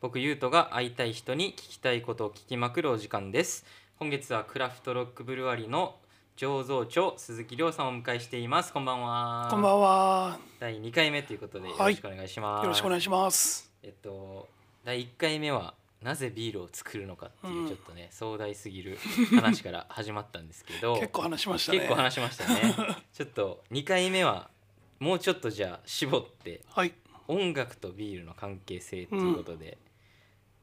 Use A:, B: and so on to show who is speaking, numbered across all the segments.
A: 僕ゆうとが会いたい人に聞きたいことを聞きまくるお時間です今月はクラフトロックブルワリーの醸造長鈴木亮さんをお迎えしていますこんばんは
B: こんばんは。
A: 第2回目ということでよ
B: はい
A: ろしくお願いします、
B: よろしくお
A: い
B: 願いします。
A: えっと第1回目はなぜビールを作るのかっていううんちょっとね、壮大すぎる話から始まったんですけど
B: 結構話しましたね。
A: 結構話しましたねちょっと2回目はもうちょっとじゃあ絞って
B: はい。
A: 音楽とビールの関係性っていうことで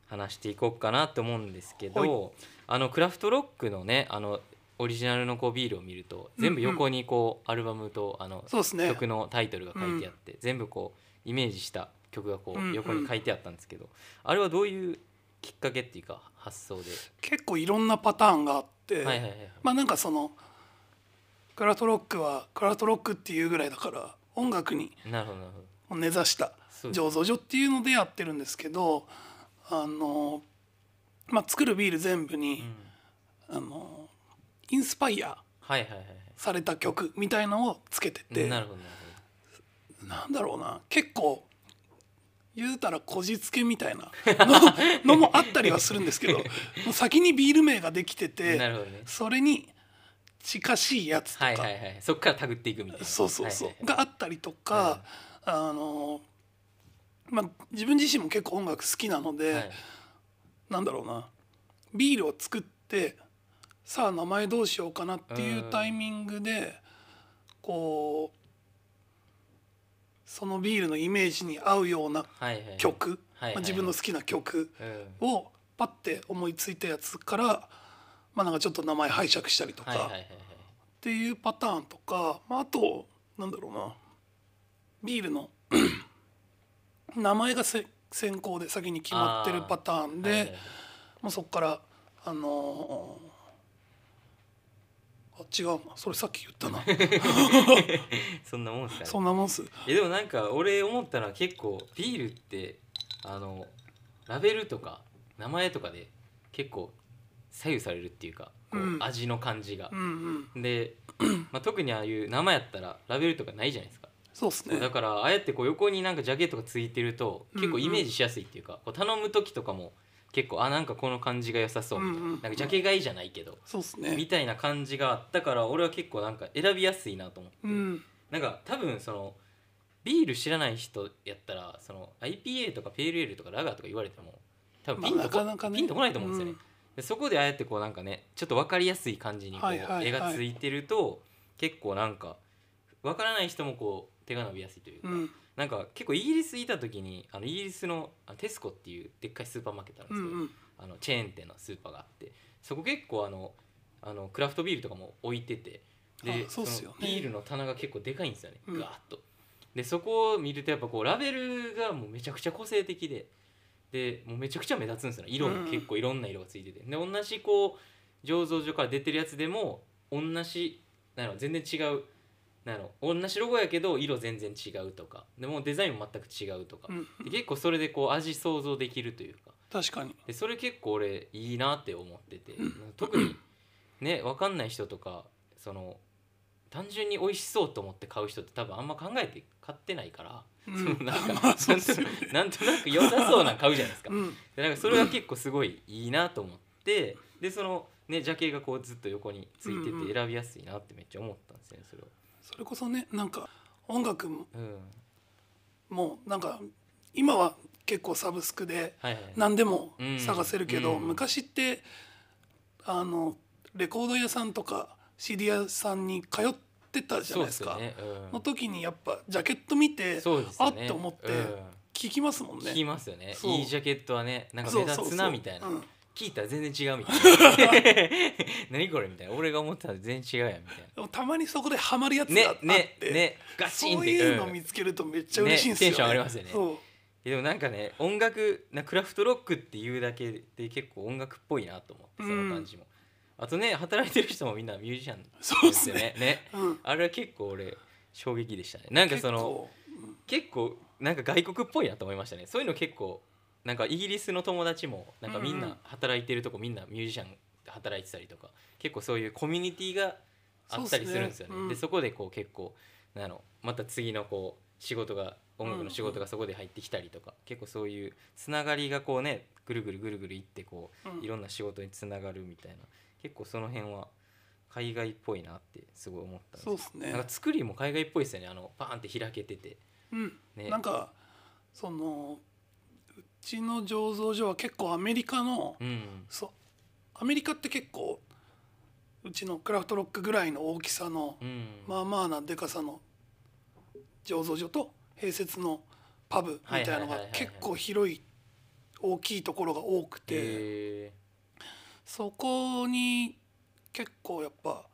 A: 話していこうかなと思うんですけど、あのクラフトロックのねあのオリジナルのこうビールを見ると全部横にこうアルバムとあの
B: そうですね。
A: 曲のタイトルが書いてあって、全部こうイメージした曲がこ
B: うんう
A: うん横に書いてあったんですけど、あれはどういうきっかけっていうか発想で、
B: 結構いろんなパターンがあっ
A: は
B: て、
A: いはいはいはい、
B: まあなんかそのクラフトロックはクラフトロックっていうぐらいだから音楽に
A: なるほどなるほど
B: 根ざした
A: そうです
B: 醸造所っていうのでやってるんですけど、あのまあ作るビール全部
A: う
B: に
A: ん、
B: あのインスパイア
A: はいはいはいはい
B: された曲みたいのをつけてて、
A: なるほどなるほど
B: なんだろうな結構言うたらこじつけみたいな ののもあったりはするんですけどもう先にビール名ができて
A: な
B: て
A: るほどね
B: それに近しいやつとか、
A: はいはいはいそっからたぐっていくみたいな
B: そうそうそう、
A: はいはいはい
B: があったりとか、あのまあ自分自身も結構音楽好きなので、
A: はい
B: なんだろうなビールを作ってさあ名前どうしようかなっていうタイミングでこうそのビールのイメージに合うような
A: はいはいはい、
B: 曲、
A: はいはい
B: まあ、自分の好きな曲
A: うん
B: をパッて思いついたやつから、まあ、なんかちょっと名前拝借したりと
A: はいはいは
B: か
A: いはい
B: っていうパターンとか、まあ、あとなんだろうなビールの 名前がせ先行で先に決まってるパターンで、
A: はいはいはい
B: もうそこからあのーあ違うなそれさっき言っ たな
A: そんなもんすかね
B: そんなもんっす
A: いやでもなんか俺思ったら結構ビールってあのラベルとか名前とかで結構左右されるっていうかこう
B: うん
A: 味の感じが
B: う、んうん
A: で、まあ、特にああいう生やったらラベルとかないじゃないですか
B: そうっすね
A: だからああやってこう横になんかジャケットがついてると結構イメージしやすいっていうか、こう頼む時とかも結構あなんかこの感じが良さそうみたいな,、
B: うんうんうん
A: なんかジャケ買いじゃないけど、
B: そうっす
A: み
B: ね
A: たいな感じがあったから俺は結構なんか選びやすいなと思って、
B: うん
A: なんか多分そのビール知らない人やったらその IPA とかペールエールとかラガーとか言われても多分ピンとこ、
B: まあなかなかね
A: ピンとこないと思うんですよね、
B: うん
A: でそこでああやってこうなんかねちょっと分かりやすい感じにこう
B: はいはいはい
A: 絵がついてると結構なんか分からない人もこう手が伸びやすいというか、
B: うん
A: なんか結構イギリスいた時にあのイギリスのあのテスコっていうでっかいスーパーマーケットあるん
B: う
A: ですけど、
B: ん
A: あのチェーン店のスーパーがあってそこ結構あのあのクラフトビールとかも置いててで
B: あそうっすよね
A: のビールの棚が結構でかいんですよね、
B: うん
A: ガーッとでそこを見るとやっぱこうラベルがもうめちゃくちゃ個性的ででもうめちゃくちゃ目立つんですよね色も結構いろんな色がついてて、で同じこう醸造所から出てるやつでも同じなの全然違うなの同じロゴやけど色全然違うとかでもうデザインも全く違うとか
B: う、ん
A: で結構それでこう味想像できるというか
B: 確かに
A: でそれ結構俺いいなって思って て、
B: うん
A: 特にね分かんない人とかその単純に美味しそうと思って買う人って多分あんま考えて買ってないから、
B: う
A: その
B: ん
A: なんか、
B: まあそうっすよね
A: なんとなく良さそうなん買うじゃないですか。
B: うん
A: でなんかそれが結構すごいいいなと思ってでそのねジャケがこうずっと横について
B: うんうん
A: て選びやすいなってめっちゃ思ったんですよねそれを。
B: それこそねなんか音楽も
A: うん、
B: もうなんか今は結構サブスクで
A: はいはい
B: 何でも探せるけど、
A: うんうん
B: 昔ってあのレコード屋さんとか CD 屋さんに通ってたじゃないですか。
A: そうっすよね
B: の時にやっぱジャケット見
A: う
B: て
A: ん、そうですよね
B: あって思って
A: うん
B: 聞きますもんね。
A: 聞きますよね
B: そう
A: いいジャケットはねなんか
B: そ
A: 目
B: うそうそう
A: 立つなみたいな
B: うん
A: 聞いたら全然違うみたいな 何これみたいな俺が思ってたの全然違うやんみたい
B: でもたまにそこでハマるやつがあ
A: な
B: って、
A: ねねねガチン
B: そ
A: っ
B: う
A: て
B: いうの
A: うん
B: 見つけるとめっちゃ嬉しいんですよ、
A: ねテンション上がりますよね
B: そう
A: いやでもなんかね音楽なクラフトロックっていうだけで結構音楽っぽいなと思ってその感じも、あとね働いてる人もみんなミュージシャン
B: そうっ
A: です
B: す
A: よ
B: ね。
A: ねね
B: うん、
A: あれは結構俺衝撃でしたねなんかその結構なんか外国っぽいなと思いましたねそういうの結構なんかイギリスの友達もなんかみん
B: うんう
A: なん働いてるとこみんなミュージシャン働いてたりとか結構そういうコミュニティがあったりするんですよね
B: そうっすねうん
A: でそこでこう結構なのまた次のこう仕事が音楽の仕事がそこで入ってきたりとか、結構そういうつながりがこうねぐるぐるぐるぐるいってこう、
B: うん
A: いろんな仕事につながるみたいな結構その辺は海外っぽいなってすごい思ったんです
B: そうですね
A: なんか作りも海外っぽいですよねあのパーンって開けてて
B: うん
A: ね
B: なんかそのうちの醸造所は結構アメリカの、
A: うん
B: そうアメリカって結構うちのクラフトロックぐらいの大きさの、
A: うん、
B: まあまあなでかさの醸造所と併設のパブみたいなの
A: はいはいはい
B: が
A: はいはい
B: 結構広い大きいところが多くて。
A: え
B: そこに結構やっぱ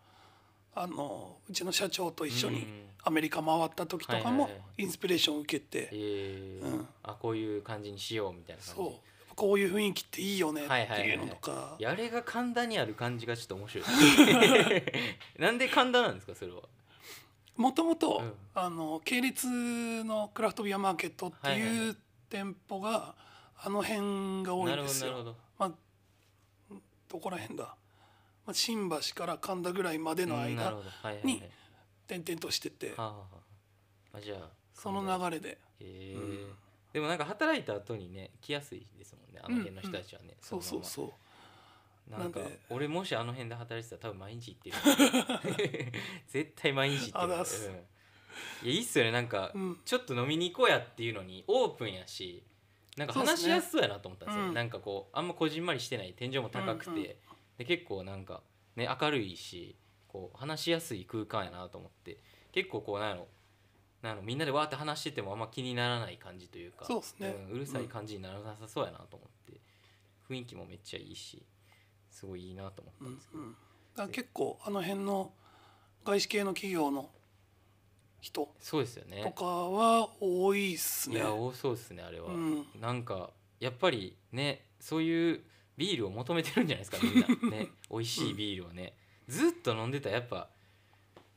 B: あのうちの社長と一緒
A: う
B: に
A: ん
B: アメリカ回った時とか
A: はい
B: も
A: はいはい
B: インスピレーションを受け
A: ー
B: て、
A: えー
B: うん
A: あこういう感じにしようみたいな感じ
B: そうやっぱこういう雰囲気っていいよねっ
A: はいはいはい
B: て
A: はい
B: いうのとか
A: いやあれが神田にある感じがちょっと面 白いですねなんで神田なんですかそれは
B: もともと
A: うん
B: あの系列のクラフトビアマーケットって
A: はいはい
B: い
A: は
B: う店舗があの辺が多い
A: なんる
B: で
A: ほど
B: す
A: なるほ
B: よ。
A: ど
B: まあどこら辺だ、まあ、新橋から神田ぐらいまでの
A: うんなるほ
B: 間
A: どはいはいはい
B: に点々としてて
A: はあはあはああじゃあ
B: その流れで
A: へえ
B: うん
A: でもなんか働いた後にね来やすいですもんねあの辺の人たちはね、
B: そうそう
A: う
B: そう
A: なんか
B: なんで
A: 俺もしあの辺で働いてたら多分毎日行ってる 絶対毎日行って
B: あ
A: る、
B: ざっす
A: うんいやいいっすよねなんか、
B: うん
A: ちょっと飲みに行こうやっていうのにオープンやしなんか
B: そうっすね
A: 話しやすそうやなと思ったんですよ、
B: うん
A: なんかこうあんまこじんまりしてない天井も高くて、
B: うんうん
A: で結構なんかね明るいしこう話しやすい空間やなと思って結構こうなんやろなんやろみんなでわーって話しててもあんま気にならない感じというか
B: そうっすね
A: んうるさい感じにならなさそうやなと思って、雰囲気もめっちゃいいしすごいいいなと思ったんですけ
B: う
A: ど、
B: んうん、だから結構あの辺の外資系の企業の人
A: そうですよ
B: と
A: ね
B: かは多いっす
A: い
B: ね。
A: や多そうですねあれは。
B: うん、
A: なんかやっぱりねそういうビールを求めてるんじゃないですかみん なね美味しいビールをね、ずっと飲んでたらやっぱ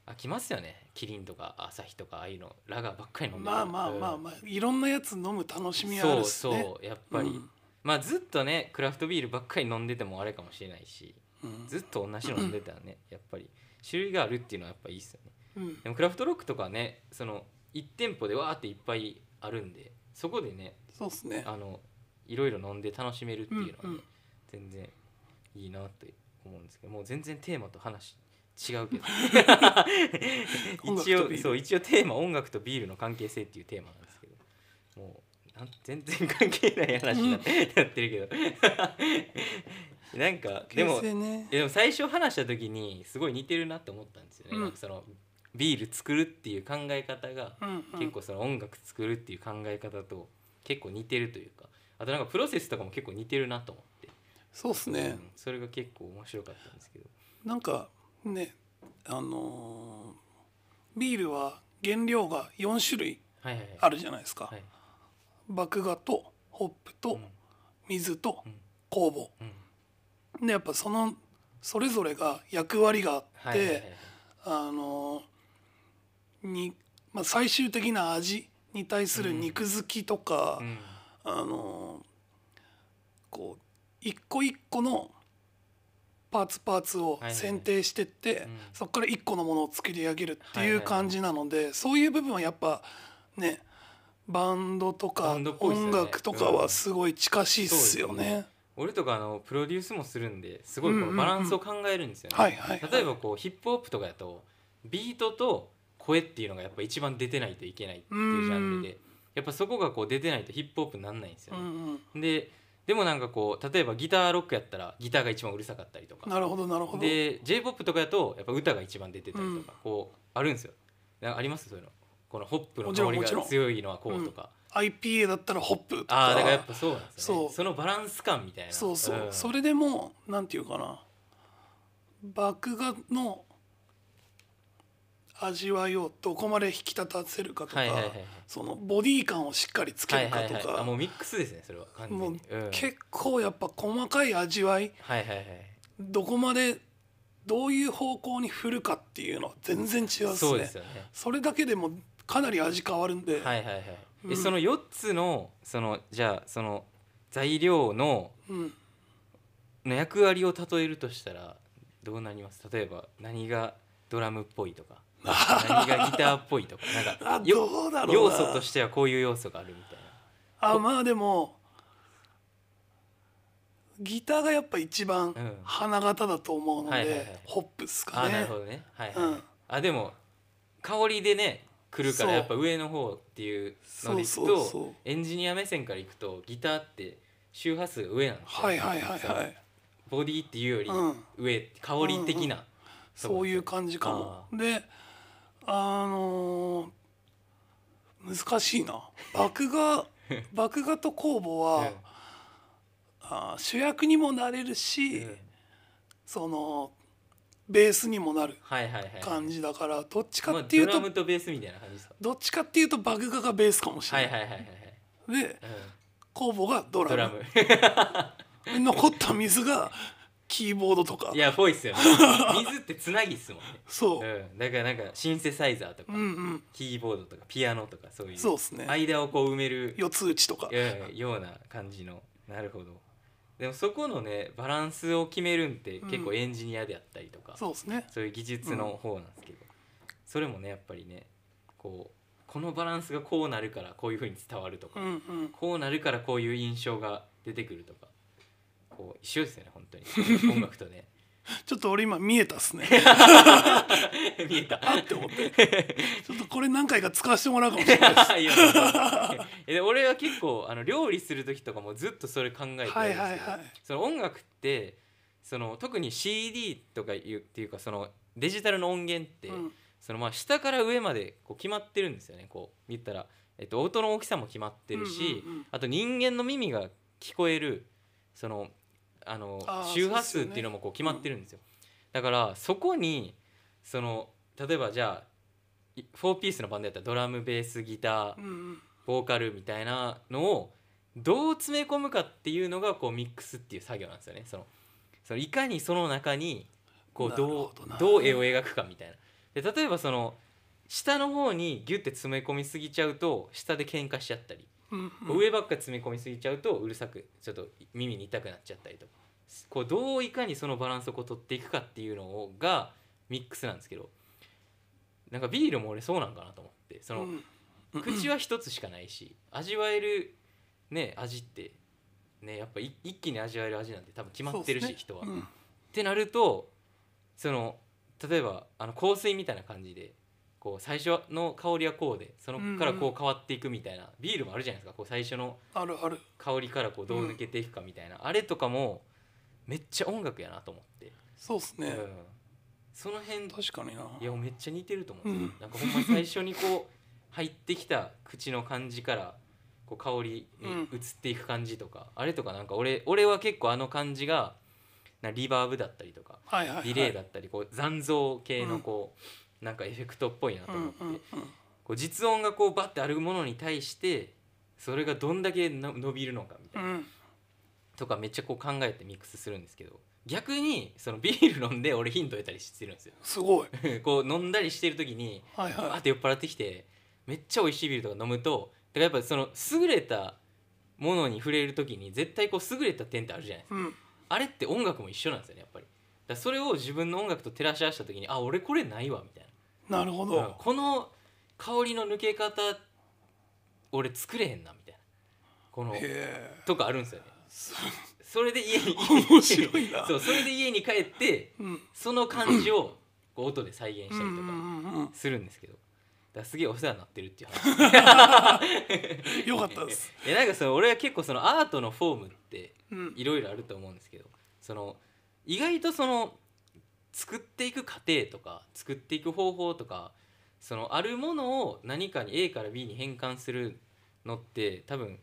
A: 飽きますよねキリンとかアサヒとかああいうのラガーばっかり飲んでる
B: まあまあまあまあいろんなやつ飲む楽しみはある
A: そ
B: っ
A: う
B: すね。
A: そうやっぱり、
B: うん
A: まあずっとねクラフトビールばっかり飲んでてもあれかもしれないし
B: うん
A: ずっと同じの飲んでたらねやっぱり種類があるっていうのはやっぱいいっすよね
B: うん
A: でもクラフトロックとかねその1店舗でわーっていっぱいあるんでそこでね
B: そうっすね。
A: あのいろいろ飲んで楽しめるっていうのはね、
B: うんうん
A: 全然いいなって思うんですけどもう全然テーマと話違うけど
B: 音楽
A: 一
B: と
A: 応
B: ビール
A: そう一応テーマ音楽とビールの関係性っていうテーマなんですけどもうなん全然関係ない話になって,、なってる けどなんかでも
B: 形成ね
A: えでも最初話した時にすごい似てるなって思ったんですよね、
B: うん
A: なんかそのビール作るっていう考え方が、
B: うんうん
A: 結構その音楽作るっていう考え方と結構似てるというかあとなんかプロセスとかも結構似てるなと思って、
B: そうっすね。
A: うんそれが結構面白かったんですけど
B: なんかねあのービールは原料が4種類
A: はいはいはい
B: あるじゃないですか。
A: はい
B: 麦芽とホップ
A: う
B: と
A: ん
B: 水と
A: うん
B: 酵母。
A: うん
B: でやっぱそのそれぞれが役割があって、
A: はいはいはいはい
B: あのに、まあ、最終的な味に対する肉付きとか、
A: うん
B: あのこう一個一個のパーツパーツを
A: はいはい
B: 選定してって、
A: うん
B: そこから一個のものを作り上げるって
A: はい
B: い
A: は
B: う
A: いはい
B: 感じなので、そういう部分はやっぱねバンドとか
A: バンドっぽいっすよ
B: 音
A: ね
B: 楽とかはすごい近しいっすよ
A: うんそうです
B: ね。
A: 俺とかあのプロデュースもするんですごいこのバランスを考えるんですよね、
B: はいはいはい
A: 例えばこうヒップホップとかだとビートと声っていうのがやっぱ一番出てないといけないっていうジャンルでやっぱそこがこう出てないとヒップホップになんないんですよ
B: う
A: ね、
B: ん
A: ででもなんかこう例えばギターロックやったらギターが一番うるさかったりと
B: う
A: か
B: ん、なるほどなるほど。
A: で j p o p とかやとやっぱ歌が一番出てたりとか、
B: うん
A: こうあるんですよなんかありますそういうのこのホップの
B: もちろ
A: 香
B: ん
A: り
B: もちろ
A: が
B: ん
A: 強いのはこうとか、
B: IPA だったらホッ
A: あ
B: プとか
A: あだからやっぱそうなんですよね
B: そう
A: そのバランス感みたいな
B: そうそう、
A: ん
B: それでもうなんていうかな麦芽の味わいをどこまで引き立たせるかとか、
A: はいはいはいはい
B: そのボディ感をしっかりつけ
A: はい
B: るか
A: はい
B: とか、
A: はいあもうミックスですねそれは完全に
B: もう
A: うん
B: 結構やっぱ細かい味わい
A: はいはいはい
B: どこまでどういう方向に振るかっていうのは全然違うっすね
A: そうですよね
B: それだけでもかなり味変わるん
A: は
B: で、
A: いはいはい、え
B: うん
A: その4つのそのじゃあその材料の
B: うん、
A: の役割を例えるとしたらどうなります例えば何がドラムっぽいとか何がギターっぽいと かな
B: あ
A: んかよ
B: どうだろうな
A: 要素としてはこういう要素があるみたい
B: あまあでもギターがやっぱ一番
A: うん
B: 花形だと思うので、
A: はいはいはい
B: ホップス
A: な。
B: か
A: あなる
B: ね
A: ほどね。はい、はい
B: うん
A: あでも香りでね来るから
B: そう
A: やっぱ上の方っていうのでいくと
B: そうそうそう
A: エンジニア目線からいくとギターって周波数が上なんですよ
B: はいはいはい
A: その
B: はい
A: ボディっていうより
B: うん
A: 上、香り的な、
B: そういう感じかもであのー難しいな麦 芽麦芽と酵母は、
A: うん
B: あー主役にもなれるし、
A: うん
B: そのベースにもなる
A: はいはいはい
B: 感じだからどっち
A: ま
B: か
A: あ
B: っていう
A: ド
B: と、
A: ラムとベースみたいな感じですか
B: どっちかっていうとバグガがベースかもしれ
A: は
B: ないい、
A: はいはいはいはい、
B: で酵母がド
A: うん、ドラ
B: ラ
A: ム
B: ム 残った水がキーボードとか
A: いやぽいっす よね水ってつなぎっすもんね
B: そう、
A: うん、だからなんかシンセサイザーとか、
B: うんうん
A: キーボードとかピアノとかそういう
B: そうっすね
A: 間をこう埋める
B: 四つ打ちとか
A: うんような感じのなるほどでもそこのねバランスを決めるんって結構
B: うん
A: エンジニアであったりとか、
B: そうですね
A: そういう技術の方なんですけど、それもねやっぱりねこうこのバランスがこうなるからこういうふうに伝わるとか、
B: うんうん
A: こうなるからこういう印象が出てくるとかこう一緒ですよね本当に 音楽とね
B: ちょっと俺今見えたっすね
A: 見えた
B: あ って思ってちょっとこれ何回か使わせてもらうかもしれな い
A: いやえ俺は結構あの料理する時とかもずっとそれ考えてるんですよ、
B: はいはいはい
A: その音楽ってその特に CD とかいうっていうかそのデジタルの音源って、
B: うん
A: そのまあ下から上までこう決まってるんですよねこう言ったら、えっと、音の大きさも決まってるし、
B: うんうんうん
A: あと人間の耳が聞こえるそのあの
B: あー
A: 周波数っていうのもこう決まってるんですよだからそこにその例えばじゃあい4ピースのバンドやったらドラムベースギター
B: うんうん
A: ボーカルみたいなのをどう詰め込むかっていうのがこうミックスっていう作業なんですよねそのそのいかにその中にこう
B: なる
A: ど
B: ほどな
A: うどう絵を描くかみたいなで例えばその下の方にギュッて詰め込みすぎちゃうと下で喧嘩しちゃったり
B: うんうん
A: 上ばっか詰め込みすぎちゃうとうるさくちょっと耳に痛くなっちゃったりとかこうどういかにそのバランスをこう取っていくかっていうのをがミックスなんですけどなんかビールも俺そうなんかなと思ってその、
B: うん
A: 口は一つしかないし味わえるね味ってねやっぱい一気に味わえる味なんて多分決まってるし、
B: そうっすね
A: 人は。
B: う
A: っ
B: ん
A: てなるとその例えばあの香水みたいな感じでこう最初の香りはこうでそのから
B: うん
A: こ
B: うん
A: う変わっていくみたいな、ビールもあるじゃないですかこう最初の
B: あるある
A: 香りからこうどう抜けていくかみたいな、あれとかもめっちゃ音楽やなと思って、
B: そうっすね、
A: うん、その辺
B: 確かにない
A: やめっちゃ似てると思う、
B: うん
A: なんかほんまに最初にこう入ってきた口の感じからこう香りに
B: うん
A: 移っていく感じとか、あれとかなんか俺俺は結構あの感じがなリバーブだったりとか
B: はいはい、はい、
A: ディレイだったりこう残像系のこう、なんかエフェクトっぽいなと
B: うん
A: 思って、
B: うんうん
A: こう実音がこうバッてあるものに対してそれがどんだけの伸びるのかみた
B: う
A: いな、
B: ん
A: とかめっちゃこう考えてミックスするんですけど逆にそのビール飲んで俺ヒント得たりしてるんですよ。
B: すごい
A: こう飲んだりしてる時に
B: はいはい
A: あって酔っ払ってきてめっちゃ美味しいビールとか飲むとだからやっぱその優れたものに触れる時に絶対こう優れた点ってあるじゃないですか
B: うん
A: あれって音楽も一緒なんですよねやっぱりだからそれを自分の音楽と照らし合わせた時にあ俺これないわみたい
B: なるほ
A: な、うん
B: ど、
A: この香りの抜け方俺作れへんなみたいなこの
B: へえ
A: とかあるんですよね
B: す
A: それで家に
B: 面白いな
A: そうそれで家に帰って
B: うん
A: その感じをこう音で再現
B: う
A: し
B: ん
A: た
B: う
A: りとか
B: んうんうん
A: するんですけどだからすげえお世話になってるっていう話
B: よかったです、
A: いやなんかその俺は結構そのアートのフォームって
B: う ん、
A: いろいろあると思うんですけどその意外とその作っていく過程とか作っていく方法とかそのあるものを何かに A から B に変換するのって多分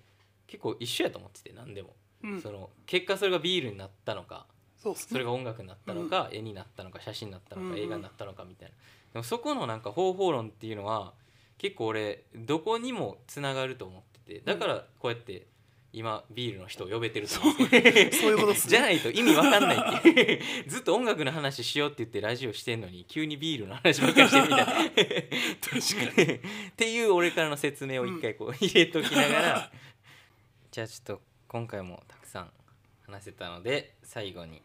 A: 結構一緒やと思ってて何でも、
B: うん
A: その結果それがビールになったのか
B: そうっす
A: それ
B: ね
A: が音楽になったのか、絵になったのか写真になったのか、
B: うん
A: 映画になったのかみたいなでもそこのなんか方法論っていうのは結構俺どこにもつながると思っててだからこうやって今ビールの人を呼べてると思う
B: そういうことっすね
A: じゃないと意味わかんないって いうずっと音楽の話しようって言ってラジオしてんのに急にビールの話ばっかりしてるみたいな 確かにっていう俺からの説明を一回こう入れときながら、 じゃあちょっと今回もたくさん話せたので最後に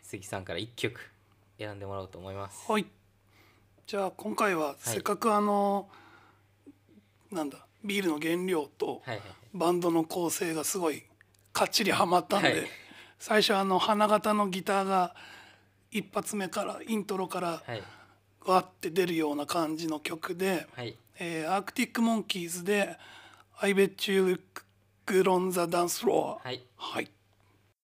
A: 杉さんから1曲選んでもらおうと思います。
B: はいじゃあ今回はせっかくあの、なんだビールの原料と
A: はいはい
B: バンドの構成がすごいかっちりはまったんで、
A: はい
B: 最初あの花形のギターが一発目からイントロから
A: はい
B: わって出るような感じの曲で、
A: はい
B: えーアークティック・モンキーズで「I bet you look good on the dance floor」
A: はい
B: はい